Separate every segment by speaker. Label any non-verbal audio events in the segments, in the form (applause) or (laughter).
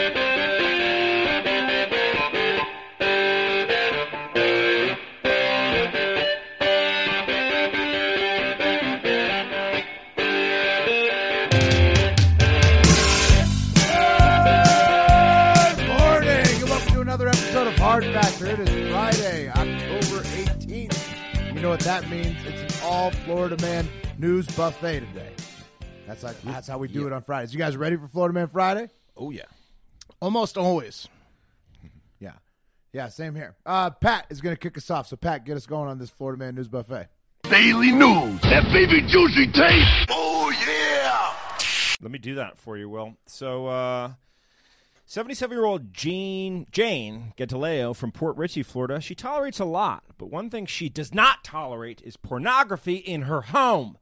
Speaker 1: Good morning and welcome to another episode of Hard Factor. It is Friday, October 18th. You know what that means? It's an all Florida Man news buffet today. That's like, that's how we do it on Fridays. You guys ready for Florida Man Friday?
Speaker 2: Oh yeah.
Speaker 3: Almost always.
Speaker 1: Yeah. Yeah, same here. Uh, Pat is going to kick us off. So, Pat, get us going on this Florida Man news buffet.
Speaker 4: Daily news. That baby juicy tape. Oh yeah!
Speaker 2: Let me do that for you, Will. So uh 77-year-old Jean Jane Gentileo from Port Richey, Florida. She tolerates a lot, but one thing she does not tolerate is pornography in her home.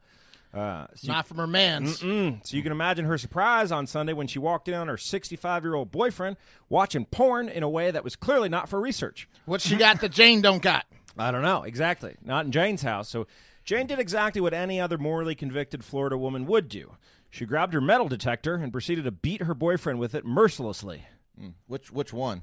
Speaker 2: Uh, so, you,
Speaker 3: Not from her mans.
Speaker 2: mm, so you can imagine her surprise on Sunday when she walked in on her 65-year-old boyfriend watching porn in a way that was clearly not for research.
Speaker 3: What she got that Jane don't
Speaker 2: (laughs)
Speaker 3: got?
Speaker 2: I don't know. Exactly. Not in Jane's house. So Jane did exactly what any other morally convicted Florida woman would do. She grabbed her metal detector and proceeded to beat her boyfriend with it mercilessly.
Speaker 5: Which
Speaker 6: (laughs)
Speaker 5: which one?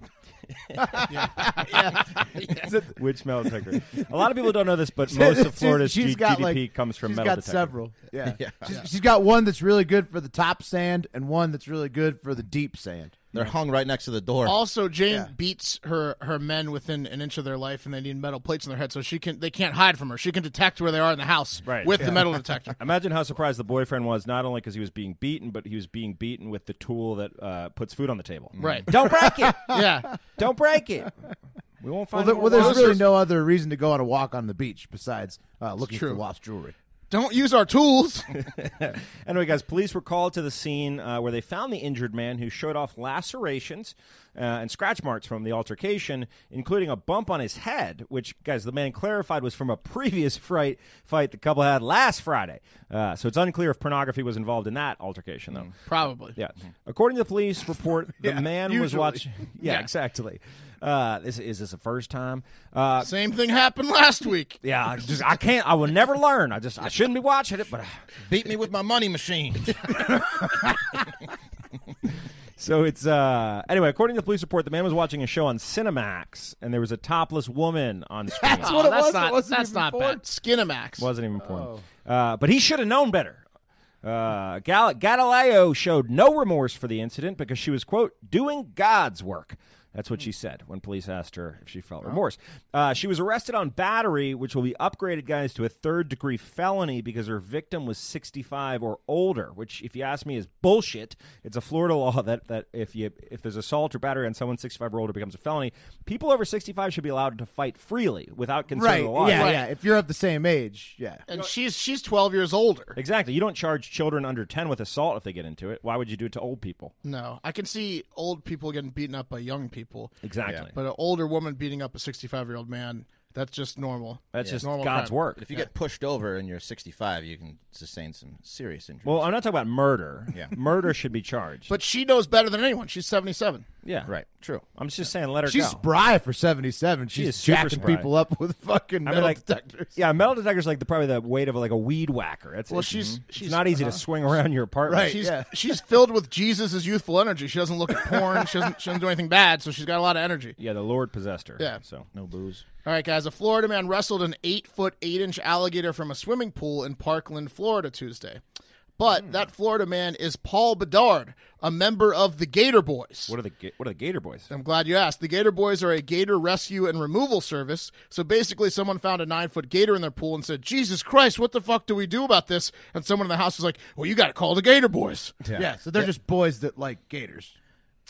Speaker 2: (laughs) Which metal detector? A lot of people don't know this, but most of Florida's
Speaker 1: (laughs) She-
Speaker 2: G-
Speaker 1: she's got,
Speaker 2: GDP
Speaker 1: like-
Speaker 2: comes from
Speaker 1: she's
Speaker 2: metal
Speaker 1: got
Speaker 2: detector.
Speaker 1: several. Yeah. She's- she's got one that's really good for the top sand and one that's really good for the deep sand.
Speaker 5: They're hung right next to the door.
Speaker 6: Also, Jane beats her her men within an inch of their life, and they need metal plates in their head, so she can they can't hide from her. She can detect where they are in the house
Speaker 2: Right.
Speaker 6: with the
Speaker 2: (laughs)
Speaker 6: metal detector.
Speaker 2: Imagine how surprised the boyfriend was, not only because he was being beaten, but he was being beaten with the tool that uh, puts food on the table.
Speaker 6: Right.
Speaker 2: Don't break it. (laughs)
Speaker 6: yeah,
Speaker 2: Don't break it. We won't
Speaker 1: Well,
Speaker 2: find
Speaker 1: there,
Speaker 2: out
Speaker 1: well,
Speaker 2: what
Speaker 1: there's
Speaker 2: was-
Speaker 1: really no other reason to go on a walk on the beach besides uh, looking for
Speaker 6: true.
Speaker 1: lost jewelry.
Speaker 6: don't use
Speaker 2: (laughs)
Speaker 6: our tools.
Speaker 2: Anyway, guys, police were called to the scene uh, where they found the injured man who showed off lacerations uh, and scratch marks from the altercation, including a bump on his head, which, guys, the man clarified was from a (laughs) previous fright, fight the couple had last Friday. Uh, so it's unclear if pornography was involved in that altercation, though.
Speaker 6: Probably.
Speaker 2: Yeah. According to the police report, the man was
Speaker 1: usually.
Speaker 2: watching. Yeah, exactly. Uh, this is this the first time? Uh,
Speaker 6: Same thing happened last week.
Speaker 2: yeah, I just I can't. I will never learn. I just I shouldn't be watching it, but. uh,
Speaker 5: Beat me with my money machine.
Speaker 6: (laughs)
Speaker 2: So it's uh anyway, according to the police report, the man was watching a show on Cinemax and there was a topless woman on screen.
Speaker 6: Oh, that's not that's not bad. Skinamax.
Speaker 2: wasn't even porn. Uh, but he should have known better. Uh, Gal- Galileo showed no remorse for the incident because she was, quote, doing God's work. That's what she said when police asked her if she felt remorse. Uh, she was arrested on battery, which will be upgraded, guys, to a third degree felony because her victim was 65 or older, which, if you ask me, is bullshit. It's a Florida (laughs) law that, that if you if there's assault or battery on someone 65 or older becomes a felony, people over 65 should be allowed to fight freely without concern of the law.
Speaker 1: Yeah, yeah. If you're of the same age, yeah.
Speaker 6: and she's she's twelve years older.
Speaker 2: Exactly. You don't charge children under 10 with assault if they get into it. Why would you do it to old people?
Speaker 6: No, I can see old people getting beaten up by young people,
Speaker 2: Exactly.
Speaker 6: but an older woman beating up a sixty-five year old man. That's just normal.
Speaker 2: That's just
Speaker 6: Normal
Speaker 2: God's
Speaker 6: crime.
Speaker 2: work.
Speaker 5: if you get pushed over and you're 65, you can sustain some serious injuries.
Speaker 2: Well, I'm not talking about murder.
Speaker 5: Yeah.
Speaker 2: (laughs) Murder should be charged.
Speaker 6: But she knows better than anyone. She's seventy-seven.
Speaker 2: yeah.
Speaker 5: right, true.
Speaker 2: I'm just saying, let her
Speaker 1: She's
Speaker 2: go.
Speaker 1: spry for 77. She's
Speaker 2: is super
Speaker 1: jacking
Speaker 2: spry.
Speaker 1: people up with fucking
Speaker 2: I
Speaker 1: metal
Speaker 2: mean, like,
Speaker 1: detectors.
Speaker 2: yeah, metal detector's like the, probably the weight of like a weed whacker. That's
Speaker 6: Well,
Speaker 2: it's-
Speaker 6: she's-
Speaker 2: it's
Speaker 6: she's-
Speaker 2: not easy to swing around your apartment.
Speaker 1: Right,
Speaker 6: She's
Speaker 1: yeah.
Speaker 6: (laughs) she's filled with Jesus' youthful energy. She doesn't look at porn. She doesn't she doesn't do anything bad, so she's got a lot of energy.
Speaker 2: Yeah, the Lord possessed her.
Speaker 6: Yeah.
Speaker 2: So
Speaker 5: No booze.
Speaker 6: All right, guys. A Florida man wrestled an eight foot eight inch alligator from a swimming pool in Parkland, Florida, Tuesday. But
Speaker 1: Hmm.
Speaker 6: that Florida man is Paul Bedard, a member of the Gator Boys.
Speaker 2: what are the ga- what are the Gator boys?
Speaker 6: I'm glad you asked. The Gator Boys are a gator rescue and removal service. So basically, someone found a nine foot gator in their pool and said, Jesus Christ, what the fuck do we do about this? And someone in the house was like, Well, you got to call the Gator Boys.
Speaker 1: Yeah, so they're just boys that like gators.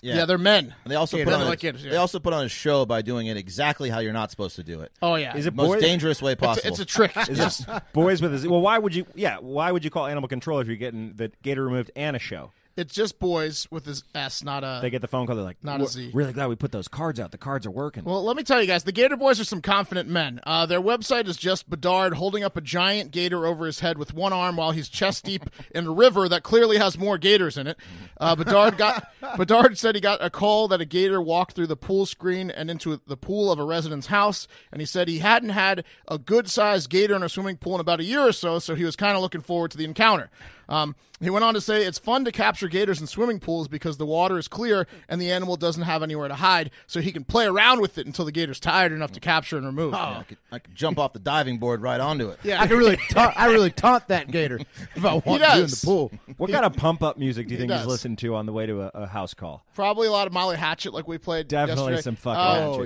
Speaker 6: Yeah, they're men.
Speaker 5: And they also
Speaker 6: Yeah,
Speaker 5: put
Speaker 6: they're
Speaker 5: on a,
Speaker 6: like kids, yeah.
Speaker 5: they also put on a show by doing it exactly how you're not supposed to do it.
Speaker 6: Oh yeah.
Speaker 2: Is it
Speaker 5: Most
Speaker 2: boy-
Speaker 5: dangerous way
Speaker 6: It's,
Speaker 5: possible.
Speaker 6: a- it's a trick. It's (laughs) just-
Speaker 2: Boys with a Z. Well, why would you? Yeah, why would you call animal control if you're getting the gator removed and a show?
Speaker 6: it's just boys with his S, not a.
Speaker 2: They get the phone call. They're like,
Speaker 6: Not a
Speaker 2: "We're
Speaker 6: Z."
Speaker 2: Really glad we put those cards out. The cards are working.
Speaker 6: Well, let me tell you guys, the Gator Boys are some confident men. Uh, their website is just Bedard holding up a giant gator over his head with one arm while he's chest deep in a river that clearly has more gators in it. Uh, Bedard got Bedard said he got a call that a gator walked through the pool screen and into the pool of a resident's house, and he said he hadn't had a good-sized gator in a swimming pool in about a year or so, so he was kind of looking forward to the encounter. Um, he went on to say it's fun to capture gators in swimming pools because the water is clear and the animal doesn't have anywhere to hide, so he can play around with it until the gator's tired enough to capture and remove.
Speaker 5: I could, I could jump off the diving board right onto it.
Speaker 1: Oh. I can really taunt, I really taunt that gator if I want to in the
Speaker 6: does.
Speaker 1: pool.
Speaker 2: what kind of pump up music do you think he's
Speaker 6: does.
Speaker 2: listening to on the way to a, a house call?
Speaker 6: Probably a lot of Molly Hatchet like we played.
Speaker 2: Definitely
Speaker 6: yesterday.
Speaker 2: some fucking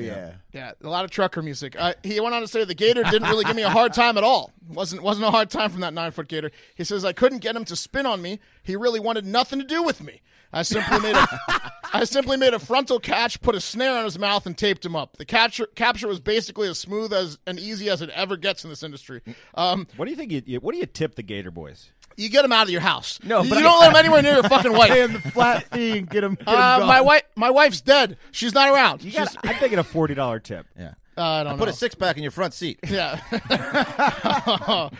Speaker 6: Uh,
Speaker 2: hatchet.
Speaker 6: Yeah, a lot of trucker music. Uh, he went on to say the gator didn't really give me a hard time at all. wasn't wasn't a hard time from that nine foot gator. He says I couldn't get him to spin on me. He really wanted nothing to do with me. I simply made a (laughs) I simply made a frontal catch, put a snare on his mouth, and taped him up. The capture capture was basically as smooth as and easy as it ever gets in this industry. Um,
Speaker 2: What do you think? You, you, what do you tip the Gator Boys?
Speaker 6: you get him out of your house.
Speaker 2: No,
Speaker 6: you,
Speaker 2: but
Speaker 6: you
Speaker 2: I-
Speaker 6: don't let him anywhere
Speaker 1: (laughs)
Speaker 6: near your fucking
Speaker 1: Pay
Speaker 6: wife.
Speaker 1: him the flat fee and get him. Get him
Speaker 6: Uh,
Speaker 1: gone.
Speaker 6: my wife, my wife's dead. She's not around.
Speaker 2: You
Speaker 6: She's-
Speaker 2: gotta- I'm thinking a forty dollar tip.
Speaker 5: Yeah.
Speaker 6: uh, I don't
Speaker 5: Put
Speaker 6: know.
Speaker 5: a six pack in your front
Speaker 6: (laughs)
Speaker 5: seat.
Speaker 6: yeah,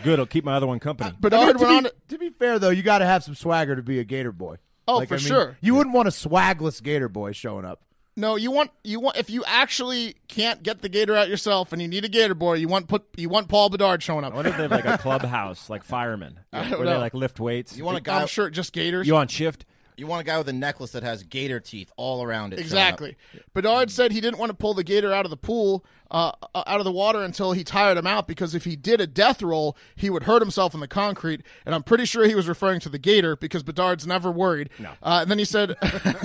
Speaker 2: Good, I'll keep my other one company.
Speaker 6: Bernard
Speaker 1: to,
Speaker 6: went on.
Speaker 1: be, to be fair though, you got to have some swagger to be a gator boy.
Speaker 6: Oh, for sure.
Speaker 1: You wouldn't want a swagless gator boy showing up.
Speaker 6: No, you want you want if you actually can't get the gator out yourself and you need a gator boy, you want put you want Paul Bedard showing up.
Speaker 2: I wonder if they have like a clubhouse, like firemen,
Speaker 6: don't
Speaker 2: where they
Speaker 6: know.
Speaker 2: like lift weights.
Speaker 5: You want a guy
Speaker 6: I'm sure just gators.
Speaker 2: you on shift?
Speaker 5: you want a guy with a necklace that has gator teeth all around it. showing up.
Speaker 6: Exactly. Bedard said he didn't want to pull the gator out of the pool, uh, uh, out of the water until he tired him out because if he did a death roll, he would hurt himself in the concrete. And I'm pretty sure he was referring to the gator because Bedard's never worried. No. Uh, and then he said, (laughs)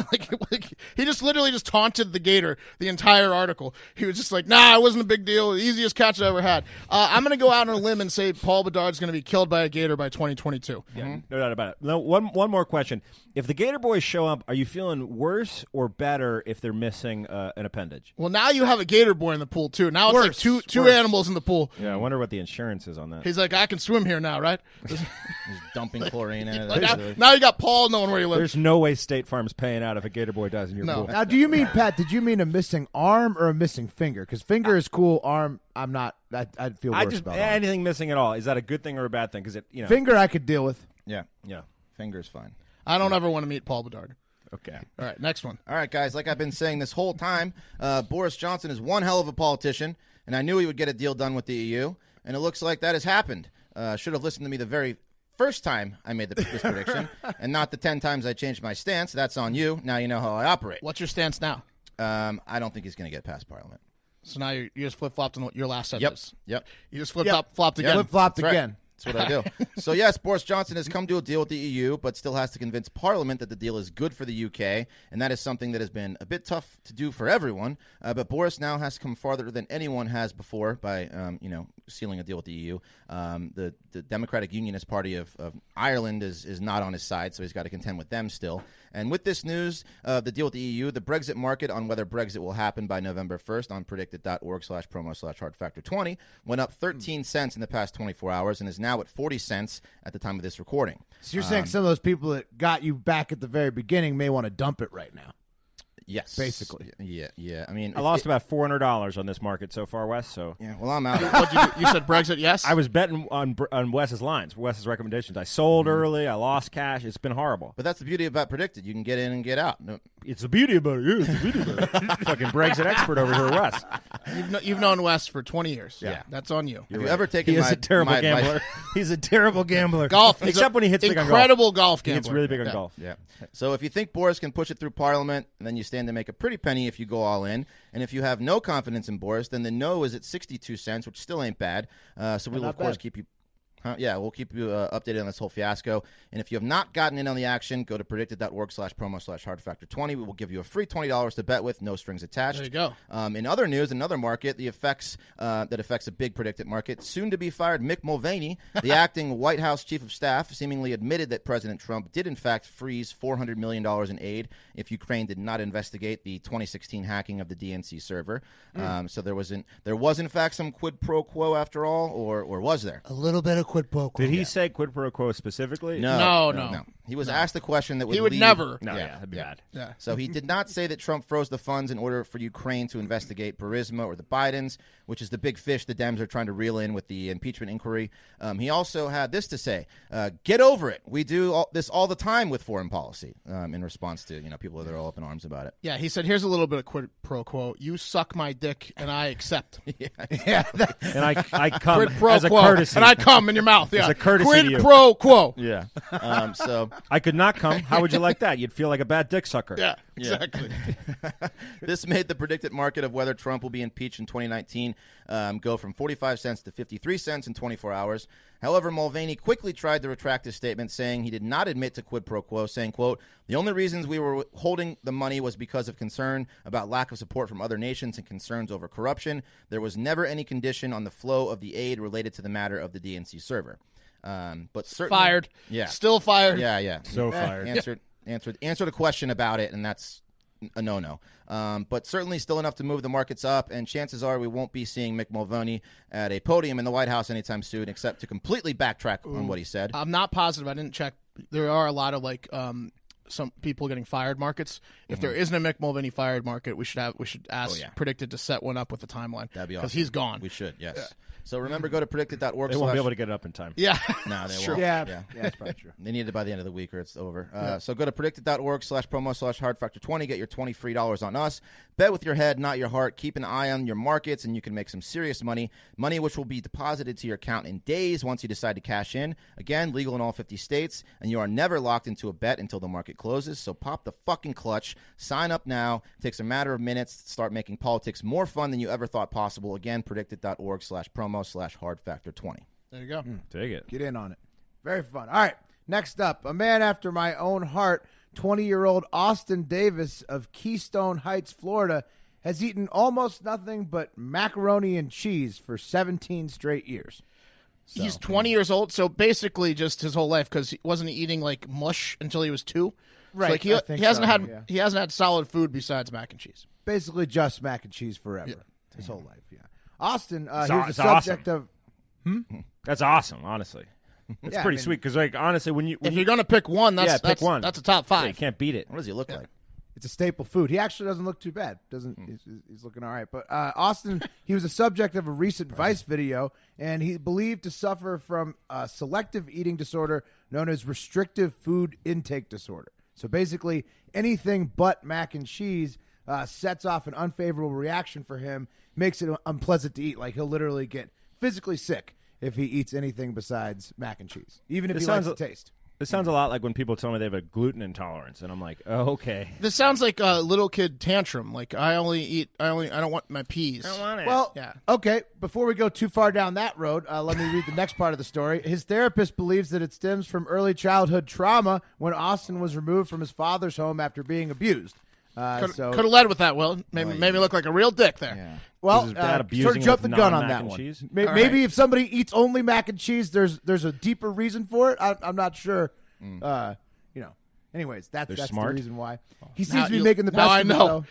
Speaker 6: like, like, he just literally just taunted the gator the entire article. He was just like, nah, it wasn't a big deal. The easiest catch I ever had. Uh, I'm going to go out on a limb and say Paul Bedard's going to be killed by a gator by 2022.
Speaker 2: No doubt about it. No, one one more question. If the Gator Boys show up, are you feeling worse or better if they're missing uh, an appendage?
Speaker 6: Well, now you have a gator boy in the pool, too. Now it's like
Speaker 1: Worse,
Speaker 6: two, two
Speaker 1: worse.
Speaker 6: animals in the pool.
Speaker 2: Yeah, I wonder what the insurance is on that.
Speaker 6: He's like, I can swim here
Speaker 2: (laughs)
Speaker 6: now, right?
Speaker 5: He's dumping
Speaker 6: (laughs)
Speaker 5: chlorine in it.
Speaker 6: Like, now,
Speaker 5: That's-
Speaker 6: now you got Paul knowing where you live.
Speaker 2: There's no way State Farm's paying out if a Gator Boy dies in your
Speaker 6: No.
Speaker 2: pool.
Speaker 1: Now, do you mean Pat? Did you mean a missing arm or a missing finger? Because finger is cool. Arm, I'm not. I, I'd feel worse
Speaker 2: I just
Speaker 1: about. arm.
Speaker 2: anything missing at all. Is that a good thing or a bad thing? Because it, you know,
Speaker 1: Finger, I could deal with.
Speaker 5: yeah.
Speaker 2: yeah,
Speaker 5: Fingers fine.
Speaker 6: I don't ever want to meet Paul Bedard.
Speaker 2: okay.
Speaker 6: All right, next one.
Speaker 5: All right, guys. Like I've been saying this whole time, uh, Boris Johnson is one hell of a politician, and I knew he would get a deal done with the EU, and it looks like that has happened. Uh, should have listened to me the very first time I made the, this prediction, and not the ten times I changed my stance. That's on you. Now you know how I operate.
Speaker 6: What's your stance now?
Speaker 5: Um, I don't think he's going to get past Parliament.
Speaker 6: So now you, you just flip flopped on what your last
Speaker 5: Yep.
Speaker 6: sentence.
Speaker 5: Yep.
Speaker 6: You just flip flop flopped again.
Speaker 1: Flip flopped
Speaker 5: That's right.
Speaker 1: again.
Speaker 5: That's what I do. so yes, Boris Johnson has come to a deal with the EU, but still has to convince Parliament that the deal is good for the UK, and that is something that has been a bit tough to do for everyone. Uh, but Boris now has come farther than anyone has before by, um, you know, sealing a deal with the EU. Um, the the Democratic Unionist Party of, of Ireland is is not on his side, so he's got to contend with them still. And with this news, uh, the deal with the EU, the Brexit market on whether Brexit will happen by November 1st on predicted.org slash promo slash hard factor 20 went up 13
Speaker 2: Hmm.
Speaker 5: cents in the past 24 hours and is now at 40 cents at the time of this recording.
Speaker 1: So you're
Speaker 2: Um,
Speaker 1: saying some of those people that got you back at the very beginning may want to dump it right now.
Speaker 5: Yes.
Speaker 1: Basically.
Speaker 5: Yeah, yeah. I mean,
Speaker 2: I lost about four hundred dollars on this market so far, Wes. So
Speaker 5: Yeah, well,
Speaker 2: (laughs)
Speaker 5: I'm out.
Speaker 6: What'd you, do? you said Brexit, yes?
Speaker 2: I was betting on Br- on Wes's lines, Wes's recommendations. I sold
Speaker 6: Mm-hmm.
Speaker 2: early. I lost cash. It's been horrible.
Speaker 5: But that's the beauty about predicted. You can get in and get out. No,
Speaker 2: It's the beauty about it. Yeah, it's the beauty about
Speaker 6: (laughs)
Speaker 2: it. Fucking Brexit expert over here, Wes.
Speaker 6: you've, kno- you've known West for 20 years.
Speaker 5: Yeah.
Speaker 6: That's on you.
Speaker 5: have you ever taken
Speaker 2: He is
Speaker 5: my,
Speaker 2: a terrible
Speaker 5: my advice-
Speaker 2: gambler. (laughs)
Speaker 5: (laughs)
Speaker 2: He's a terrible gambler.
Speaker 6: Golf.
Speaker 2: (laughs)
Speaker 6: he's
Speaker 2: except
Speaker 6: a
Speaker 2: when he hits big on golf.
Speaker 6: Incredible golf
Speaker 2: He
Speaker 6: gambler.
Speaker 2: hits really big on
Speaker 6: Yeah.
Speaker 2: golf.
Speaker 5: Yeah. So if you think Boris can push it through Parliament, then you stand to make a pretty penny if you go all in. And if you have no confidence in Boris, then the no is at 62 cents, which still ain't bad. Uh, so we will, of course, keep you. Huh? Yeah, we'll keep you uh, updated on this whole fiasco. And if you have not gotten in on the action, go to predicted.org slash promo slash hard factor 20. We will give you a free $20 to bet with, no strings attached.
Speaker 6: There you go.
Speaker 5: Um, in other news, another market the effects uh, that affects a big predicted market, soon to be fired Mick Mulvaney,
Speaker 6: (laughs)
Speaker 5: the acting White House chief of staff, seemingly admitted that President Trump did in fact freeze $400 million in aid if Ukraine did not investigate the 2016 hacking of the DNC server.
Speaker 6: Hmm.
Speaker 5: Um, so there was, in, there was in fact some quid pro quo after all, or, or was there?
Speaker 1: A little bit of quid pro quo.
Speaker 2: Did he say quid pro quo specifically?
Speaker 5: No,
Speaker 6: No, no.
Speaker 5: He was asked a question that would
Speaker 6: He would
Speaker 5: lead-
Speaker 6: never.
Speaker 2: No, yeah, that'd be bad.
Speaker 6: Yeah.
Speaker 5: So he did not say that Trump froze the funds in order for Ukraine to investigate Burisma or the Bidens, which is the big fish the Dems are trying to reel in with the impeachment inquiry. Um, he also had this to say: uh, "Get over it. We do all, this all the time with foreign policy." Um, in response to you know people that are all up in arms about it.
Speaker 6: Yeah, he said, "Here's a little bit of quid pro quo. You suck my dick, and I
Speaker 2: (laughs)
Speaker 6: accept
Speaker 2: And I, I come
Speaker 6: quid pro
Speaker 2: as a
Speaker 6: quo,
Speaker 2: courtesy.
Speaker 6: and I come in
Speaker 2: (laughs)
Speaker 6: your mouth. Yeah,
Speaker 2: a courtesy
Speaker 6: quid
Speaker 2: to you.
Speaker 6: pro quo.
Speaker 2: (laughs)
Speaker 5: Yeah. um, so
Speaker 2: I could not come. How would you
Speaker 1: (laughs)
Speaker 2: like that? You'd feel like a bad dick sucker.
Speaker 6: Yeah, (laughs) exactly.
Speaker 5: (laughs) this made the predicted market of whether Trump will be impeached in 2019 um, go from 45 cents to 53 cents in 24 hours. However, Mulvaney quickly tried to retract his statement, saying he did not admit to quid pro quo, saying, quote, the only reasons we were holding the money was because of concern about lack of support from other nations and concerns over corruption. There was never any condition on the flow of the aid related to the matter of the DNC server. Um, but certainly,
Speaker 6: Fired.
Speaker 5: Yeah.
Speaker 6: still fired.
Speaker 5: Yeah, yeah.
Speaker 2: So fired.
Speaker 5: Answered, answered, answered a question about it, and that's a no no. Um, but certainly still enough to move the markets up, and chances are we won't be seeing Mick Mulvaney at a podium in the White House anytime soon, except to completely backtrack on what he said.
Speaker 2: Uh,
Speaker 6: I'm not positive. I didn't check. There are a lot of like um, some people getting fired markets. If there isn't a Mick Mulvaney fired market, we should have we should ask
Speaker 5: Mm-hmm. Oh, yeah.
Speaker 6: predicted to set one up with a timeline.
Speaker 5: That'd be awesome.
Speaker 6: because he's gone.
Speaker 5: We should, yes. So remember, go to predicted.org.
Speaker 2: They won't be able to get it up in time.
Speaker 5: (laughs)
Speaker 6: yeah,
Speaker 5: No, they
Speaker 6: It's true.
Speaker 5: won't.
Speaker 1: Yeah, yeah, that's probably true.
Speaker 5: They need it by the end of the week or it's over. Uh, So go to predicted.org slash promo slash hard factor 20. Get your 20 free dollars on us. Bet with your head, not your heart. Keep an eye on your markets and you can make some serious money. Money which will be deposited to your account in days once you decide to cash in. Again, legal in all 50 states. And you are never locked into a bet until the market closes. So pop the fucking clutch. Sign up now. It takes a matter of minutes to start making politics more fun than you ever thought possible. Again, predicted.org slash promo slash hard factor 20.
Speaker 6: there you go.
Speaker 5: Mm,
Speaker 2: Take it.
Speaker 1: Get in on it. Very fun. All right. Next up, a man after my own heart, 20 year old Austin Davis of Keystone Heights, Florida, has eaten almost nothing but macaroni and cheese for 17 straight years.
Speaker 6: He's 20 years old, so basically just his whole life because he wasn't eating like mush until he was two. So,
Speaker 1: Right,
Speaker 6: like he,
Speaker 1: I think
Speaker 6: he hasn't
Speaker 1: so,
Speaker 6: had
Speaker 1: yeah.
Speaker 6: he hasn't had solid food besides mac and cheese.
Speaker 1: Basically, just mac and cheese forever. His whole life, yeah. Austin, uh,
Speaker 2: It's aw-
Speaker 1: here's the
Speaker 2: it's awesome.
Speaker 1: subject of.
Speaker 2: That's awesome, honestly. (laughs) It's
Speaker 1: Yeah, I
Speaker 2: pretty
Speaker 1: mean-
Speaker 2: sweet because, like, honestly, when you, when
Speaker 6: If you're gonna pick one, that's
Speaker 2: yeah, pick
Speaker 6: that's,
Speaker 2: one.
Speaker 6: That's a top
Speaker 2: Yeah, you
Speaker 6: five.
Speaker 2: can't beat it.
Speaker 5: What does he look like?
Speaker 1: it's a staple food. He actually doesn't look too bad. Doesn't he's, he's looking all right? But uh, Austin, he was the subject of a recent Vice video, and he believed to suffer from a selective eating disorder known as restrictive food intake disorder. So basically, anything but mac and cheese uh, sets off an unfavorable reaction for him, makes it unpleasant to eat. Like he'll literally get physically sick if he eats anything besides mac and cheese, even if
Speaker 2: This
Speaker 1: he likes
Speaker 2: sounds
Speaker 1: the
Speaker 2: a-
Speaker 1: taste.
Speaker 2: This sounds a lot like when people tell me they have a gluten intolerance, and I'm like, oh, okay.
Speaker 6: This sounds like a little kid tantrum. Like I only eat I only I don't want my peas.
Speaker 1: Well,
Speaker 6: Yeah.
Speaker 1: okay. Before we go too far down that road, uh, let me read the next part of the story. His therapist believes that it stems from early childhood trauma when Austin was removed from his father's home after being abused. Uh,
Speaker 6: Could
Speaker 1: so,
Speaker 6: have led with that, Will. Maybe, maybe look like a real dick there.
Speaker 1: well,
Speaker 2: Was his
Speaker 1: uh,
Speaker 2: dad
Speaker 1: sort
Speaker 2: abusing
Speaker 1: of
Speaker 2: him
Speaker 1: jumped the
Speaker 2: with
Speaker 1: gun on
Speaker 2: non-mac
Speaker 1: that
Speaker 2: and
Speaker 1: one.
Speaker 2: cheese?
Speaker 1: May-
Speaker 6: All
Speaker 1: Maybe
Speaker 6: right.
Speaker 1: if somebody eats only mac and cheese, there's there's a deeper reason for it. I, I'm not sure.
Speaker 6: Mm.
Speaker 1: Uh, you know. Anyways, that's
Speaker 2: They're
Speaker 1: that's
Speaker 2: smart.
Speaker 1: the reason why he seems
Speaker 6: Now
Speaker 1: to be
Speaker 6: you-
Speaker 1: making the
Speaker 6: now
Speaker 1: best
Speaker 6: I
Speaker 1: of it.
Speaker 6: know.
Speaker 1: Though.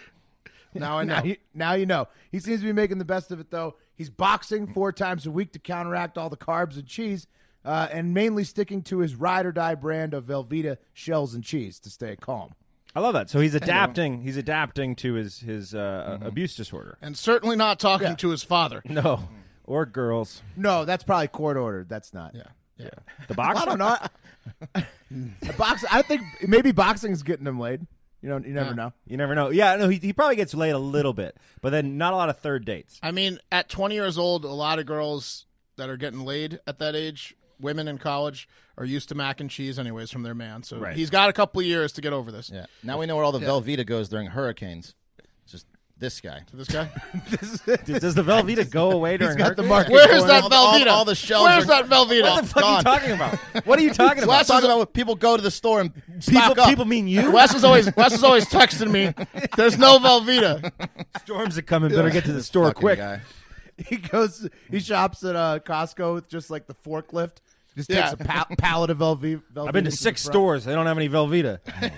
Speaker 6: (laughs)
Speaker 1: (laughs)
Speaker 6: Now I know.
Speaker 1: Now you, now you know. He seems to be making the best of it, though. He's boxing four
Speaker 6: Mm.
Speaker 1: times a week to counteract all the carbs and cheese, uh, and mainly sticking to his ride or die brand of Velveeta shells and cheese to stay calm.
Speaker 2: I love that. So
Speaker 1: (laughs)
Speaker 2: he's adapting. He's adapting to his his uh,
Speaker 1: Mm-hmm.
Speaker 2: abuse
Speaker 1: (laughs)
Speaker 2: disorder.
Speaker 6: and certainly not talking to his father.
Speaker 2: No, or girls.
Speaker 1: No, that's probably court ordered. That's not. Yeah.
Speaker 6: Yeah.
Speaker 2: The box.
Speaker 1: I don't know. box. I think maybe boxing's getting him laid. You know, you never know.
Speaker 2: (laughs) You never know. Yeah, no, he, he probably gets laid a little bit, but then not a lot of third dates.
Speaker 6: I mean, at 20 years old, a lot of girls that are getting laid at that age, women in college, are used to mac and cheese anyways from their man. So
Speaker 2: Right.
Speaker 6: he's got a couple of years to get over this.
Speaker 5: Yeah. Now we know where all the Velveeta goes during hurricanes. Just This
Speaker 1: (laughs)
Speaker 5: guy.
Speaker 6: This guy. (laughs)
Speaker 2: Does, does the Velveeta go away during
Speaker 1: got
Speaker 2: hurt
Speaker 1: the
Speaker 2: days? (laughs)
Speaker 1: market.
Speaker 6: Where is
Speaker 5: Going
Speaker 6: that
Speaker 5: all- all-
Speaker 6: Velveeta?
Speaker 5: all the shelves
Speaker 6: Where's
Speaker 5: are-
Speaker 6: that
Speaker 2: What
Speaker 6: Velveeta?
Speaker 2: the fuck are you talking about? What are you talking
Speaker 1: (laughs)
Speaker 2: about?
Speaker 6: Last
Speaker 5: Talking about what people go to the store and stock
Speaker 2: people,
Speaker 5: up.
Speaker 2: people mean you.
Speaker 6: Wes is always Wes is always texting me. There's no Velveeta.
Speaker 2: Storms are coming. Better get to (laughs) the store
Speaker 5: Fucking
Speaker 2: quick.
Speaker 5: guy.
Speaker 1: He goes, he shops at uh, Costco with just like the forklift. Just takes
Speaker 6: Yeah.
Speaker 1: a pa- pallet of LV.
Speaker 2: I've been to six stores. They don't have any Velveeta. How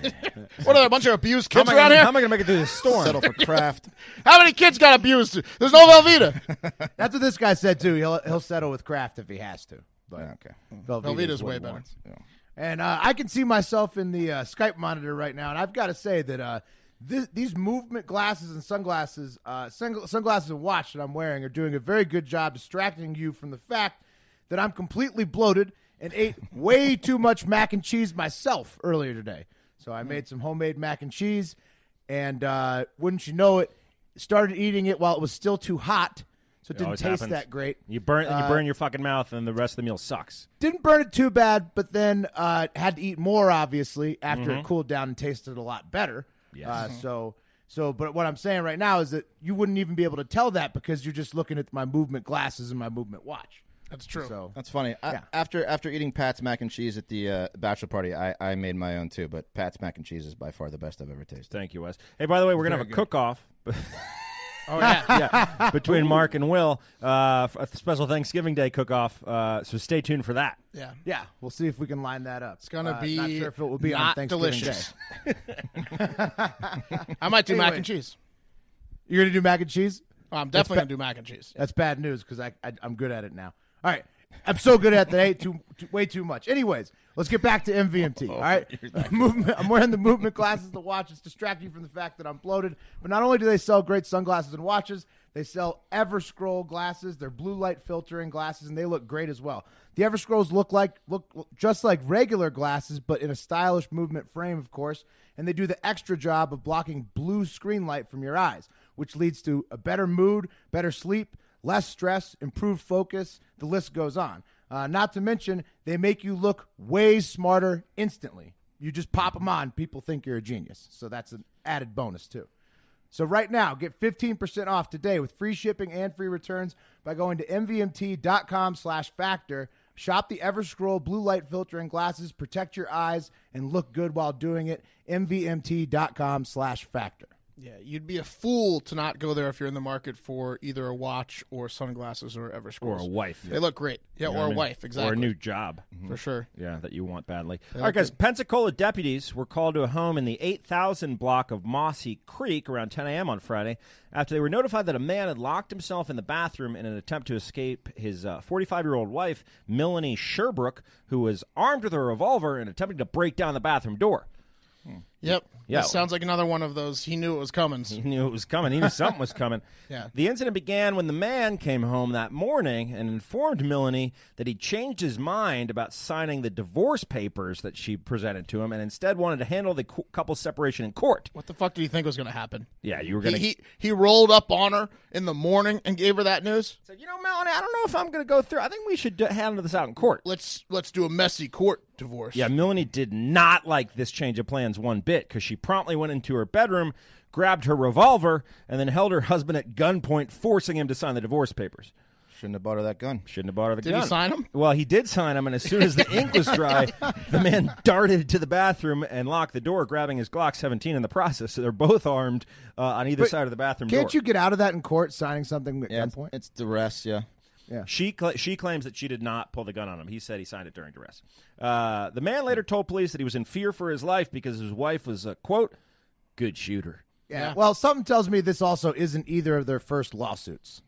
Speaker 6: What are there, a bunch of abused
Speaker 2: am
Speaker 6: kids
Speaker 2: I
Speaker 6: around
Speaker 2: gonna-
Speaker 6: here?
Speaker 2: How am I going to make it through this storm?
Speaker 5: Settle for craft.
Speaker 6: How many kids got abused? There's no Velveeta.
Speaker 1: That's what this guy said too. He'll he'll settle with Kraft if he has to.
Speaker 5: Yeah, okay.
Speaker 6: Velveeta's
Speaker 1: what
Speaker 6: way
Speaker 1: he
Speaker 6: better.
Speaker 1: wants. And uh, I can see myself in the uh, Skype monitor right now, and I've got to say that uh, thi- these movement glasses and sunglasses, uh, sung- sunglasses and watch that I'm wearing are doing a very good job distracting you from the fact that I'm completely bloated and ate
Speaker 2: (laughs)
Speaker 1: way too much mac and cheese myself earlier today. So
Speaker 2: Hmm.
Speaker 1: I made some homemade mac and cheese, and uh, wouldn't you know it, started eating it while it was still too hot, so it didn't
Speaker 2: always
Speaker 1: taste
Speaker 2: happens.
Speaker 1: that great
Speaker 2: You burn, you burn your fucking mouth, and the rest of the meal sucks.
Speaker 1: didn't burn it too bad, but then uh, had to eat more obviously after it cooled down and tasted a lot better.
Speaker 2: Yes.
Speaker 1: Uh, so so, but what I'm saying right now is that you wouldn't even be able to tell that because you're just looking at my movement glasses and my movement watch.
Speaker 6: That's true.
Speaker 1: So
Speaker 5: That's funny. I, After after eating Pat's mac and cheese at the uh, bachelor party, I, I made my own too. But Pat's mac and cheese is by far the best I've ever tasted.
Speaker 2: Thank you, Wes. Hey, by the way, we're going to have a cook-off (laughs)
Speaker 6: Oh
Speaker 1: (laughs)
Speaker 6: yeah.
Speaker 2: yeah, between Mark and Will, uh, for a special Thanksgiving Day cook-off. Uh, so stay tuned for that.
Speaker 6: Yeah.
Speaker 1: yeah, we'll see if we can line that up. It's
Speaker 6: gonna be
Speaker 1: not sure if it will be on
Speaker 6: not
Speaker 1: Thanksgiving
Speaker 6: delicious.
Speaker 1: (laughs) Day.
Speaker 6: I might do mac
Speaker 1: Anyway.
Speaker 6: and cheese.
Speaker 1: You're gonna do mac and cheese?
Speaker 6: Oh, I'm definitely gonna do mac and cheese.
Speaker 1: That's bad news because I, I I'm good at it now. All right. I'm so good at that. I ate too, too, way too much. Anyways, let's get back to MVMT. all right, movement. I'm wearing the movement glasses. The watches distract you from the fact that I'm bloated. But not only do they sell great sunglasses and watches, they sell EverScroll glasses. They're blue light filtering glasses, and they look great as well. The EverScrolls look like look look just like regular glasses, but in a stylish movement frame, of course. And they do the extra job of blocking blue screen light from your eyes, which leads to a better mood, better sleep less stress, improved focus. The list goes on. Uh, not to mention, they make you look way smarter instantly. You just pop them on, people think you're a genius. So that's an added bonus, too. So right now, get 15% off today with free shipping and free returns by going to mvmt.com slash factor. Shop the Everscroll blue light filter and glasses, protect your eyes, and look good while doing it. mvmt.com slash factor.
Speaker 6: Yeah, you'd be a fool to not go there if you're in the market for either a watch or sunglasses or ever
Speaker 2: Or a wife.
Speaker 6: They look great. Yeah, or a wife, exactly.
Speaker 2: Or a new job.
Speaker 6: for sure.
Speaker 2: Yeah, that you want badly. All right, guys. Pensacola deputies were called to a home in the 8,000 block of Mossy Creek around 10 a.m. on Friday after they were notified that a man had locked himself in the bathroom in an attempt to escape his 45 year old wife, Melanie Sherbrooke, who was armed with a revolver and attempting to break down the bathroom door.
Speaker 6: Yep.
Speaker 2: Yeah.
Speaker 6: Yeah. sounds like another one of those. He knew it was coming.
Speaker 1: Mm-hmm.
Speaker 2: He (laughs) knew it was coming. He knew something was coming.
Speaker 6: (laughs) Yeah.
Speaker 2: The incident began when the man came home that morning and informed Melanie that he changed his mind about signing the divorce papers that she presented to him and instead wanted to handle the cou- couple's separation in court.
Speaker 6: What the fuck did he think was going to happen?
Speaker 2: Yeah, you were
Speaker 6: He,
Speaker 2: going to.
Speaker 6: he he rolled up on her in the morning and gave her that news.
Speaker 2: So, you know, Melanie, I don't know if I'm going to go through. I think we should d- handle this out in court.
Speaker 6: Let's let's do a messy court divorce.
Speaker 2: Yeah, Melanie did not like this change of plans one bit because she promptly went into her bedroom, grabbed her revolver, and then held her husband at gunpoint, forcing him to sign the divorce papers.
Speaker 5: Shouldn't have bought her that gun.
Speaker 2: Shouldn't have bought her the
Speaker 6: Did
Speaker 2: gun.
Speaker 6: he sign 'em?
Speaker 2: Well, he did sign him, and as soon as the ink was
Speaker 6: (laughs)
Speaker 2: dry, the man darted to the bathroom and locked the door, grabbing his Glock 17 in the process. So they're both armed uh, on either side of the bathroom
Speaker 1: Can't
Speaker 2: door.
Speaker 1: you get out of that in court signing something at
Speaker 5: Yeah, it's,
Speaker 1: gunpoint?
Speaker 5: it's duress. Yeah.
Speaker 2: She cla she claims that she did not pull the gun on him. He said he signed it during duress. Uh, the man later told police that he was in fear for his life because his wife was a quote good shooter.
Speaker 1: Yeah. Well, something tells me this also isn't either of their first lawsuits.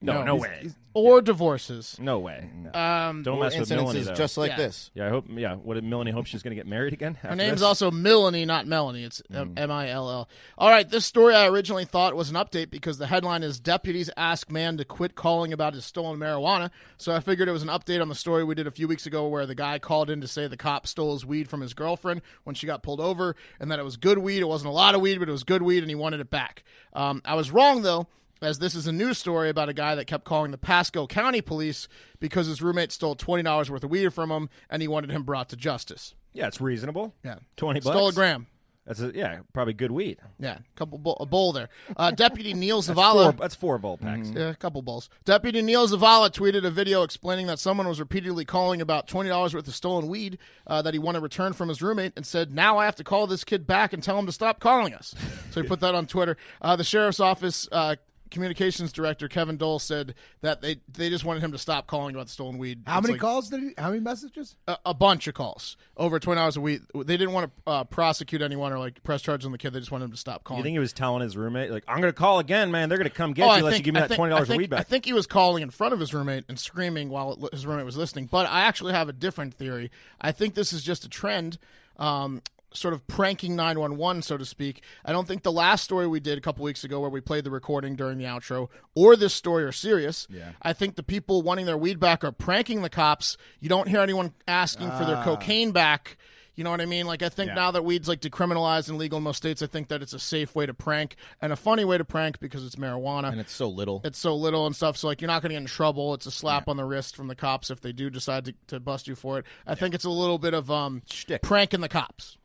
Speaker 2: No, no,
Speaker 6: No, he's-
Speaker 2: way,
Speaker 6: Or divorces.
Speaker 2: no way.
Speaker 6: Um,
Speaker 2: Don't mess with Melanie
Speaker 5: Incidences
Speaker 2: though.
Speaker 5: just like
Speaker 6: Yeah.
Speaker 5: this.
Speaker 2: yeah, I hope. Yeah, what did Melanie hope she's going to get married again?
Speaker 6: Her name's also Melanie, not Melanie. It's M I L L. All right, this story I originally thought was an update because the headline is Deputies Ask Man to Quit Calling About His Stolen Marijuana. So I figured it was an update on the story we did a few weeks ago where the guy called in to say the cop stole his weed from his girlfriend when she got pulled over and that it was good weed. It wasn't a lot of weed, but it was good weed and he wanted it back. Um, I was wrong, though as this is a news story about a guy that kept calling the Pasco County police because his roommate stole $20 worth of weed from him and he wanted him brought to justice.
Speaker 2: yeah, it's reasonable.
Speaker 6: Yeah.
Speaker 2: twenty bucks.
Speaker 6: Stole a gram.
Speaker 2: That's a, yeah, probably good weed.
Speaker 6: Yeah, couple bowl, a bowl there.
Speaker 2: (laughs)
Speaker 6: Uh, Deputy Neil
Speaker 2: Four,
Speaker 6: Zavala.
Speaker 2: that's four bowl packs.
Speaker 6: Yeah, a couple balls. Deputy Neil Zavala tweeted a video explaining that someone was repeatedly calling about twenty dollars worth of stolen weed uh, that he wanted returned from his roommate, and said, "Now I have to call this kid back and tell him to stop calling
Speaker 2: (laughs)
Speaker 6: us." So he put that on Twitter. Uh, the sheriff's office uh, communications director Kevin Dole said that they they just wanted him to stop calling about the stolen weed.
Speaker 1: How
Speaker 6: It's
Speaker 1: many
Speaker 6: like
Speaker 1: calls did he? How many messages?
Speaker 6: A, a bunch of calls over twenty hours a week. They didn't want to uh, prosecute anyone or like press charges on the kid. They just wanted him to stop calling.
Speaker 2: You think he was telling his roommate, like, I'm going to call again, man. They're going to come get
Speaker 6: Oh,
Speaker 2: you
Speaker 6: I
Speaker 2: unless
Speaker 6: think-
Speaker 2: you give me
Speaker 6: I
Speaker 2: that
Speaker 6: think-
Speaker 2: $20
Speaker 6: I think,
Speaker 2: weed back.
Speaker 6: I think he was calling in front of his roommate and screaming while it- his roommate was listening. But I actually have a different theory. I think this is just a trend. Um, Sort of pranking 911, so to speak. I don't think the last story we did a couple weeks ago, where we played the recording during the outro, or this story are serious. Yeah. I think the people wanting their weed back are pranking the cops. You don't hear anyone asking for their cocaine back. You know what I mean? Like I think now that weed's like decriminalized and legal in most states, I think that it's a safe way to prank and a funny way to prank because it's marijuana
Speaker 5: and it's so little.
Speaker 6: it's so little and stuff. So like you're not going to get in trouble. It's a slap on the wrist from the cops if they do decide to, to bust you for it. I think it's a little bit of um
Speaker 5: Shtick.
Speaker 6: pranking the cops.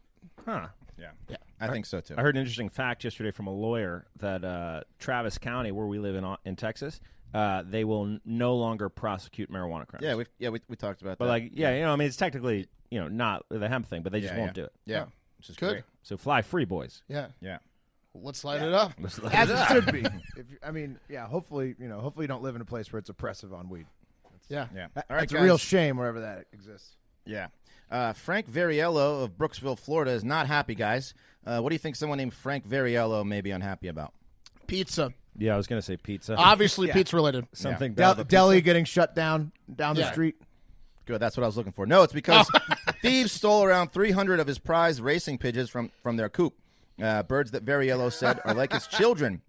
Speaker 2: huh. Yeah.
Speaker 5: I think so too.
Speaker 2: I heard an interesting fact yesterday from a lawyer that uh, Travis County, where we live in, in Texas, uh, they will n- no longer prosecute marijuana crimes.
Speaker 5: Yeah, we yeah we, we talked about
Speaker 2: But,
Speaker 5: that.
Speaker 2: like, yeah, you know, I mean, it's technically, you know, not the hemp thing, but they just
Speaker 5: yeah,
Speaker 2: won't
Speaker 5: yeah.
Speaker 2: do it.
Speaker 5: Yeah, which is
Speaker 6: Good.
Speaker 5: great.
Speaker 2: So fly free, boys.
Speaker 6: Yeah,
Speaker 5: Yeah,
Speaker 6: let's light it up.
Speaker 1: As it (laughs) should be. If you, I mean, yeah. Hopefully, you know. Hopefully, you don't live in a place where it's oppressive on weed.
Speaker 6: (laughs) Yeah,
Speaker 5: yeah.
Speaker 1: That's
Speaker 5: All right,
Speaker 1: a
Speaker 5: guys.
Speaker 1: real shame wherever that exists.
Speaker 5: Yeah. Uh, Frank Variello of Brooksville, Florida, is not happy, guys. Uh, what do you think someone named Frank Variello may be unhappy about?
Speaker 6: pizza.
Speaker 2: Yeah, I was going to say pizza.
Speaker 6: Obviously, pizza related.
Speaker 2: Something
Speaker 1: Del-
Speaker 2: bad. about
Speaker 1: Delhi getting shut down down the
Speaker 6: Yeah.
Speaker 1: street.
Speaker 5: Good, that's what I was looking for. No, it's because (laughs) thieves stole around 300 of his prize racing pigeons from, from their coop. Uh, birds that Variello said are like his children,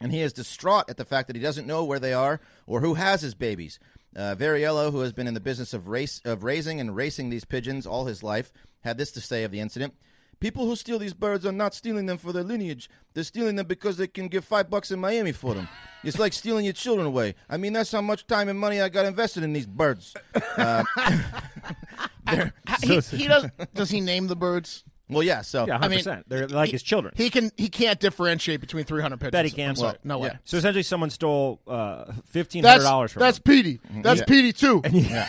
Speaker 5: and he is distraught at the fact that he doesn't know where they are or who has his babies. Uh, Variello, who has been in the business of race of raising and racing these pigeons all his life, had this to say of the incident. People who steal these birds are not stealing them for their lineage. They're stealing them because they can give five bucks in Miami for them. It's like stealing your children away. I mean, that's how much time and money I got invested in these birds.
Speaker 6: He, he does. Does he name the birds?
Speaker 5: Well, yeah. So
Speaker 2: Yeah, 100%.
Speaker 6: I mean,
Speaker 2: They're like
Speaker 6: he-
Speaker 2: his children.
Speaker 6: He can. He can't differentiate between 300 pigeons.
Speaker 2: Bet he can.
Speaker 6: I'm sorry. no way.
Speaker 5: yeah.
Speaker 2: so essentially, someone stole uh, $1,500
Speaker 6: That's
Speaker 2: from
Speaker 6: that's
Speaker 2: him.
Speaker 6: Petey. That's
Speaker 5: Yeah.
Speaker 6: Petey two.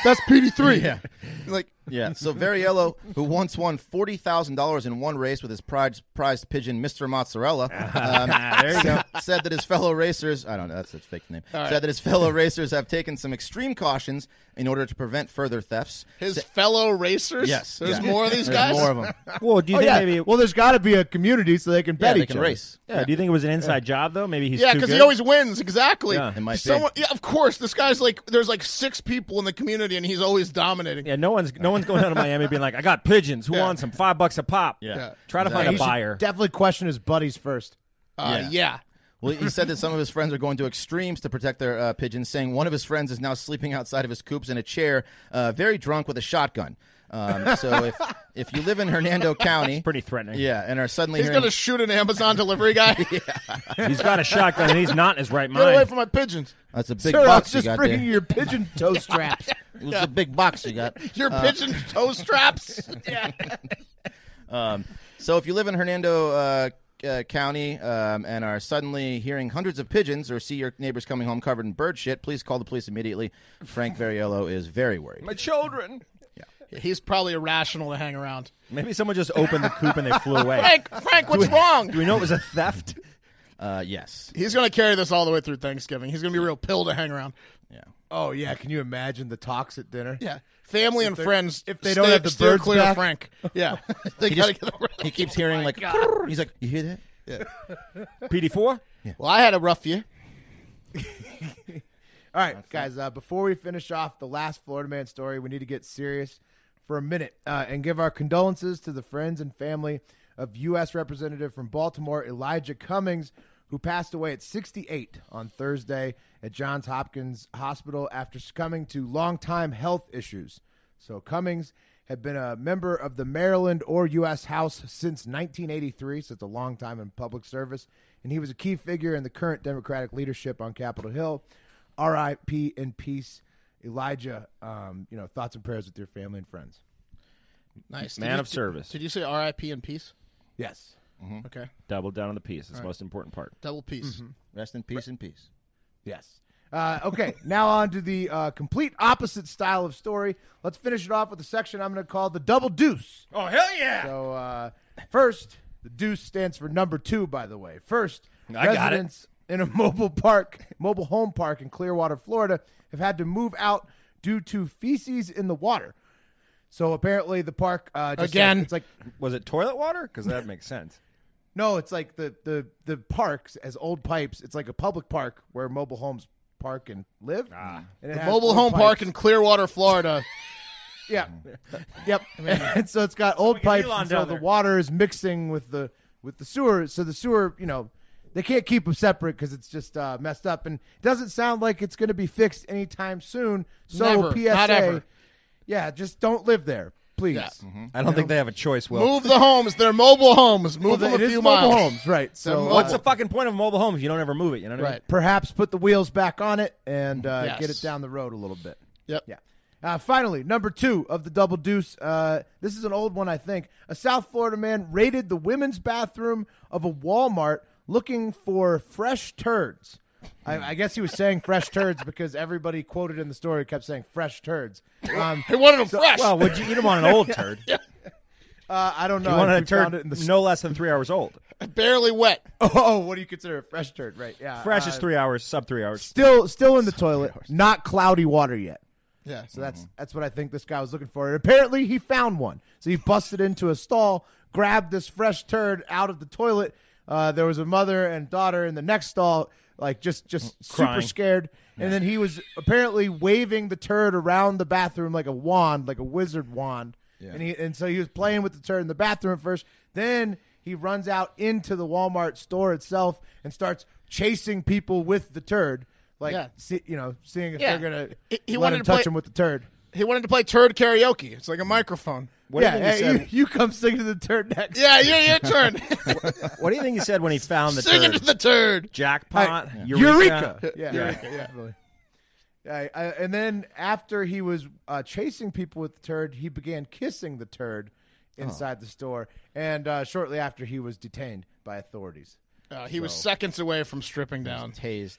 Speaker 6: That's Petey three.
Speaker 5: Yeah.
Speaker 6: Like
Speaker 5: Yeah. So Variello, who once won forty thousand dollars in one race with his prize prized pigeon Mr. Mozzarella, um,
Speaker 2: There you go.
Speaker 5: so- said that his fellow racers I don't know, that's a fake name. Said that his fellow racers have taken some extreme cautions in order to prevent further thefts.
Speaker 6: his fellow racers.
Speaker 5: Yes,
Speaker 6: There's
Speaker 5: yeah.
Speaker 6: more of these
Speaker 5: There's
Speaker 6: guys.
Speaker 5: more of them.
Speaker 6: (laughs)
Speaker 2: Well, do you
Speaker 1: Oh,
Speaker 2: think
Speaker 1: yeah.
Speaker 2: maybe.
Speaker 1: well, there's got to be a community so they can
Speaker 5: Yeah,
Speaker 1: bet
Speaker 5: they
Speaker 1: each
Speaker 5: can
Speaker 1: other.
Speaker 5: race.
Speaker 2: yeah, do you think it was an inside job though? Maybe he's
Speaker 6: Yeah,
Speaker 2: too
Speaker 6: because he
Speaker 2: good?
Speaker 6: always wins. Exactly.
Speaker 2: Yeah,
Speaker 5: it might be.
Speaker 6: Yeah, of course. This guy's like, there's like six people in the community, and he's always dominating.
Speaker 2: Yeah, no one's no one's going out of Miami being like, I got pigeons. Who
Speaker 6: Yeah.
Speaker 2: wants them? Five bucks a pop.
Speaker 6: Yeah.
Speaker 2: Try to
Speaker 5: Exactly.
Speaker 2: find
Speaker 1: He
Speaker 2: a
Speaker 1: should
Speaker 2: buyer.
Speaker 1: Definitely question his buddies first.
Speaker 6: Uh,
Speaker 5: Yeah.
Speaker 6: yeah.
Speaker 5: Well, he said that some of his friends are going to extremes to protect their uh, pigeons, saying one of his friends is now sleeping outside of his coops in a chair, uh, very drunk with a shotgun. Um, so if if you live in Hernando County,
Speaker 2: Pretty threatening.
Speaker 5: yeah, and are suddenly
Speaker 6: He's
Speaker 5: hearing-
Speaker 6: gonna shoot an Amazon delivery guy.
Speaker 2: He's got a shotgun and he's not in his right
Speaker 6: Get away
Speaker 2: mind.
Speaker 6: from my pigeons.
Speaker 5: That's a big
Speaker 1: Sir, I was
Speaker 5: box you
Speaker 1: just
Speaker 5: got there.
Speaker 1: bringing your pigeon
Speaker 5: (laughs)
Speaker 1: toe straps.
Speaker 5: It was a big box you got.
Speaker 6: Your pigeon toe straps. yeah.
Speaker 5: So if you live in Hernando uh, uh, County um, and are suddenly hearing hundreds of pigeons or see your neighbors coming home covered in bird shit, please call the police immediately. Frank Variello is very worried.
Speaker 2: My children.
Speaker 6: He's probably irrational to hang around.
Speaker 2: Maybe someone just opened the coop and they flew away.
Speaker 6: Frank, Frank, what's wrong?
Speaker 2: Do we know it was a theft?
Speaker 5: Uh,
Speaker 1: (laughs)
Speaker 5: yes.
Speaker 6: He's gonna carry this all the way through Thanksgiving. He's gonna be a real pill to hang around.
Speaker 5: Yeah.
Speaker 1: oh yeah, can you imagine the talks at dinner?
Speaker 6: Yeah. Family and friends.
Speaker 1: if they
Speaker 6: stay-
Speaker 1: don't have the
Speaker 6: steer
Speaker 1: birds
Speaker 6: clear of
Speaker 1: back.
Speaker 6: Frank. Yeah. (laughs) they
Speaker 5: He,
Speaker 6: gotta
Speaker 5: just,
Speaker 6: get Oh around. (laughs)
Speaker 5: he keeps
Speaker 1: Oh
Speaker 5: hearing like (laughs) he's like, you hear that?
Speaker 2: PD4?
Speaker 6: Well, I had a rough year.
Speaker 1: All right, guys. Uh, before we finish off the last Florida man story, we need to get serious for a minute uh, and give our condolences to the friends and family of U.S. Representative from Baltimore Elijah Cummings, who passed away at 68 on Thursday at Johns Hopkins Hospital after succumbing to long-time health issues. So Cummings had been a member of the Maryland or U.S. House since 1983, so it's a long time in public service, and he was a key figure in the current Democratic leadership on Capitol Hill. R.I.P. in peace, Elijah. Um, you know, thoughts and prayers with your family and friends.
Speaker 6: Nice. Did
Speaker 2: Man
Speaker 6: you-
Speaker 2: of service.
Speaker 6: Did you say R.I.P. in peace?
Speaker 1: Yes,
Speaker 6: Okay.
Speaker 2: Double down on the piece. It's the most important part.
Speaker 6: Double piece.
Speaker 2: Mm-hmm.
Speaker 5: Rest in peace and peace.
Speaker 1: Yes. Uh, okay, now on to the uh, complete opposite style of story. Let's finish it off with a section I'm going to call the double deuce.
Speaker 2: Oh hell yeah!
Speaker 1: So uh, first, the deuce stands for number two, by the way. First,
Speaker 2: I got it.
Speaker 1: residents in a (laughs) mobile park, mobile home park in Clearwater, Florida, have had to move out due to feces in the water. So apparently, the park uh, just
Speaker 6: Again.
Speaker 1: said- it's like
Speaker 2: Was it toilet water? Because that makes sense.
Speaker 1: no, it's like the the the parks as old pipes. It's like a public park where mobile homes park and live. And it has
Speaker 6: Mobile
Speaker 1: old
Speaker 6: home park
Speaker 1: pipes.
Speaker 6: in Clearwater,
Speaker 2: (laughs)
Speaker 6: Florida.
Speaker 1: Yeah. (laughs) yep. and so it's got old
Speaker 2: get
Speaker 1: pipes,
Speaker 2: Elon
Speaker 1: and so
Speaker 2: down
Speaker 1: the
Speaker 2: there.
Speaker 1: water is mixing with the with the sewer. So the sewer, you know, they can't keep them separate because it's just uh, messed up, and it doesn't sound like it's going to be fixed anytime soon. So
Speaker 6: Never. Not
Speaker 1: PSA,
Speaker 6: ever.
Speaker 1: yeah, just don't live there, please.
Speaker 6: Yeah.
Speaker 2: I don't think they have a choice. Will
Speaker 6: Move the homes. They're mobile homes. Move
Speaker 1: Well,
Speaker 6: them
Speaker 1: it
Speaker 6: a
Speaker 1: is
Speaker 6: few
Speaker 1: mobile
Speaker 6: miles.
Speaker 1: homes, right? So
Speaker 6: mobile.
Speaker 2: what's
Speaker 1: uh,
Speaker 2: the fucking point of a mobile home if you don't ever move it? You know what I mean?
Speaker 6: Right.
Speaker 1: perhaps put the wheels back on it and uh,
Speaker 6: Yes.
Speaker 1: get it down the road a little bit.
Speaker 6: Yep.
Speaker 1: Yeah. Uh, finally, number two of the double deuce. Uh, this is an old one, I think. A South Florida man raided the women's bathroom of a Walmart looking for fresh turds. I, I guess he was saying fresh turds because everybody quoted in the story kept saying fresh turds. Um,
Speaker 6: They wanted them fresh.
Speaker 2: Well, would you eat them on an
Speaker 1: (laughs)
Speaker 2: old turd?
Speaker 1: uh, I don't know.
Speaker 2: You wanted
Speaker 1: if
Speaker 2: a
Speaker 1: we found it
Speaker 2: turd
Speaker 1: in the s-
Speaker 2: no less than three hours old.
Speaker 6: barely wet.
Speaker 1: (laughs) Oh, what do you consider a fresh turd? Right. Yeah.
Speaker 2: Fresh
Speaker 1: uh,
Speaker 2: is three hours, sub three hours.
Speaker 1: Still, still in the toilet. Not cloudy water yet.
Speaker 6: Yeah.
Speaker 1: So that's that's what I think this guy was looking for. And apparently he found one. So he busted into a stall, grabbed this fresh turd out of the toilet. Uh, there was a mother and daughter in the next stall, like just just
Speaker 2: Crying.
Speaker 1: super scared. And then he was apparently waving the turd around the bathroom like a wand, like a wizard wand. And he and so he was playing with the turd in the bathroom at first. Then he runs out into the Walmart store itself and starts chasing people with the turd. Like,
Speaker 6: Yeah.
Speaker 1: see, you know, seeing if
Speaker 6: Yeah.
Speaker 1: they're gonna
Speaker 6: He- he
Speaker 1: let
Speaker 6: wanted
Speaker 1: him
Speaker 6: to
Speaker 1: touch
Speaker 6: play-
Speaker 1: him with the turd.
Speaker 6: He wanted to play turd karaoke. It's like a microphone.
Speaker 2: What
Speaker 1: yeah,
Speaker 2: do you think he
Speaker 1: hey,
Speaker 2: said?
Speaker 1: you, you come sing to the turd (laughs) next.
Speaker 6: Yeah,
Speaker 2: (laughs)
Speaker 6: your, your turn.
Speaker 2: What do you think he said when he found
Speaker 6: (laughs)
Speaker 2: the
Speaker 6: Sing
Speaker 2: turd?
Speaker 6: into the turd.
Speaker 2: Jackpot,
Speaker 1: Eureka! Yeah,
Speaker 2: Yeah.
Speaker 1: Eureka, definitely. I, I, and then after he was uh, chasing people with the turd, he began kissing the turd inside the store. And uh, shortly after, he was detained by authorities.
Speaker 6: Uh, he was seconds away from stripping down.
Speaker 5: Tased.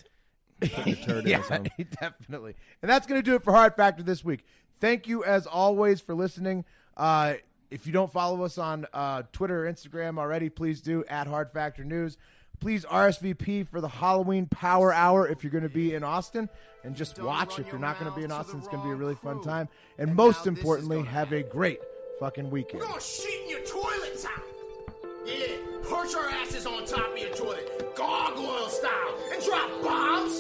Speaker 1: Yeah, (laughs) definitely. And that's going to do it for Hard Factor this week. Thank you, as always, for listening. Uh, if you don't follow us on uh, Twitter or Instagram already, please do at Hard Factor News. Please RSVP for the Halloween Power Hour if you're going to be in Austin. And just watch if you're not going to be in Austin. It's going to be a really fun time. And most importantly, have a great fucking weekend.
Speaker 4: gonna shit in your toilet top. Yeah, perch our asses on top of your toilet, gargoyle style, and drop bombs.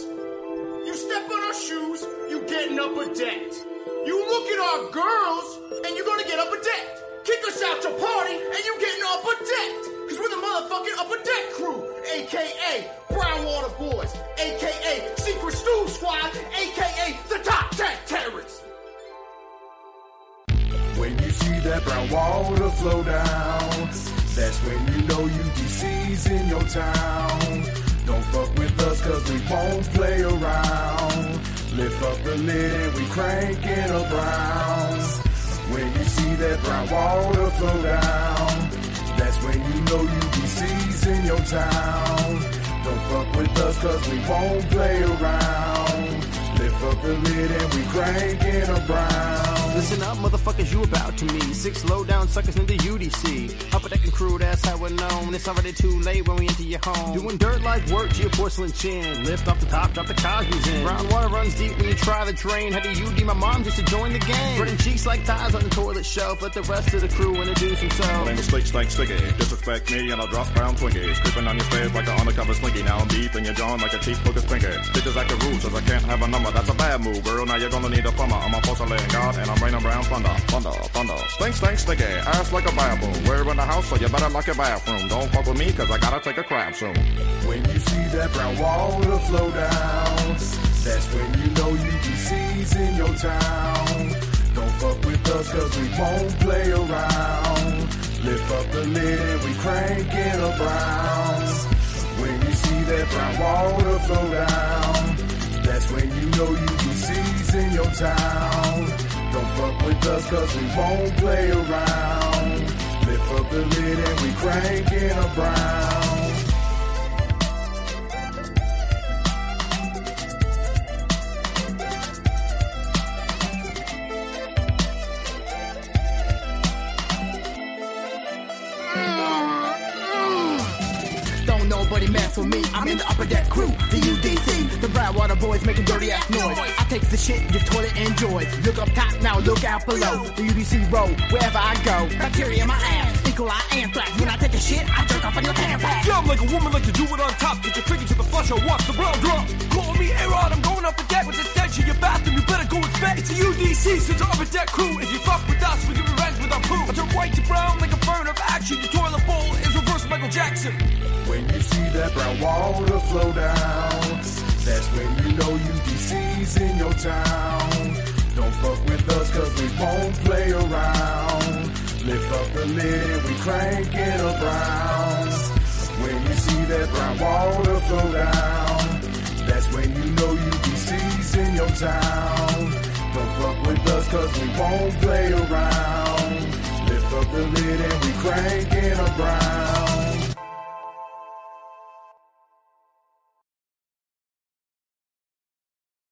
Speaker 4: You step on our shoes, you getting upper decked. You look at our girls, and you're gonna get upper decked. Kick us out your party, and you getting upper decked. Cause we're the motherfucking upper deck crew, aka Brown Water Boys, aka Secret Stool Squad, aka the Top Deck Terrorists.
Speaker 7: When you see that brown water flow down, that's when you know you DC's in your town. Don't fuck with us cause we won't play around. Lift up the lid and we cranking a brown. When you see that brown water flow down, that's when you know you DC's in your town. Don't fuck with us cause we won't play around. Lift up the lid and we cranking a brown.
Speaker 8: Listen up, motherfuckers, you about to me. Six low down suckers in the UDC. Upper deck and crew, that's how we're known. It's already too late when we enter your home. Doing dirt like work to your porcelain chin. Lift off the top, drop the cosmos in. Brown water runs deep when you try the drain. How do you do my mom just to join the game? Burning cheeks like thighs on the toilet shelf. Let the rest of the crew introduce themselves.
Speaker 9: Language slick, slick, sticky. Disrespect me and I'll drop brown Twinkies. Creeping on your stairs like an undercover slinky. Now I'm deep in your jaw like a cheap poker stinker. Bitches act the rules, cause I can't have a number. That's a bad move, girl. Now you're gonna need a plumber. I'm a porcelain god and I'm raining brown thunder. Thunder, thunder. Stink, stink, sticky. Ass like a Bible. We're in the house, so you better lock your bathroom. Don't fuck with me, cause I gotta take a crap soon.
Speaker 7: When you see that brown water flow down, that's when you know UGC's in your town. Don't fuck with us cause we won't play around. Lift up the lid and we cranking a brown. When you see that brown water flow down, that's when you know UGC's in your town. Don't fuck with us cause we won't play around. Lift up the lid and we cranking a brown.
Speaker 8: Don't nobody mess with me. I'm in the upper deck crew, the UDC, the Browwater boys making dirty ass noise. I take the shit your toilet enjoys. Look up top now, look out below. The UDC road, wherever I go. Bacteria in my ass, E. coli anthrax. When I take a shit, I jerk off on your tampon.
Speaker 10: Yeah, I'm like a woman, like to do it on top. Get your trigger to the flush or watch the brown drop. Call me Aaron, I'm going up the deck with the stench in your bathroom. You better go and spec. It's a UDC, so drop a deck crew. If you fuck with us, we give you revenge with our poo. I turn white to brown like a burn of action. Your toilet bowl is reverse Michael Jackson.
Speaker 7: When you see that brown water flow down, that's when you know UDC's in your town. Don't fuck with us cause we won't play around. Lift up the lid and we crank it around. When you see that brown water flow down, that's when you know UDC's in your town. Don't fuck with us cause we won't play around. Lift up the lid and we crank it around.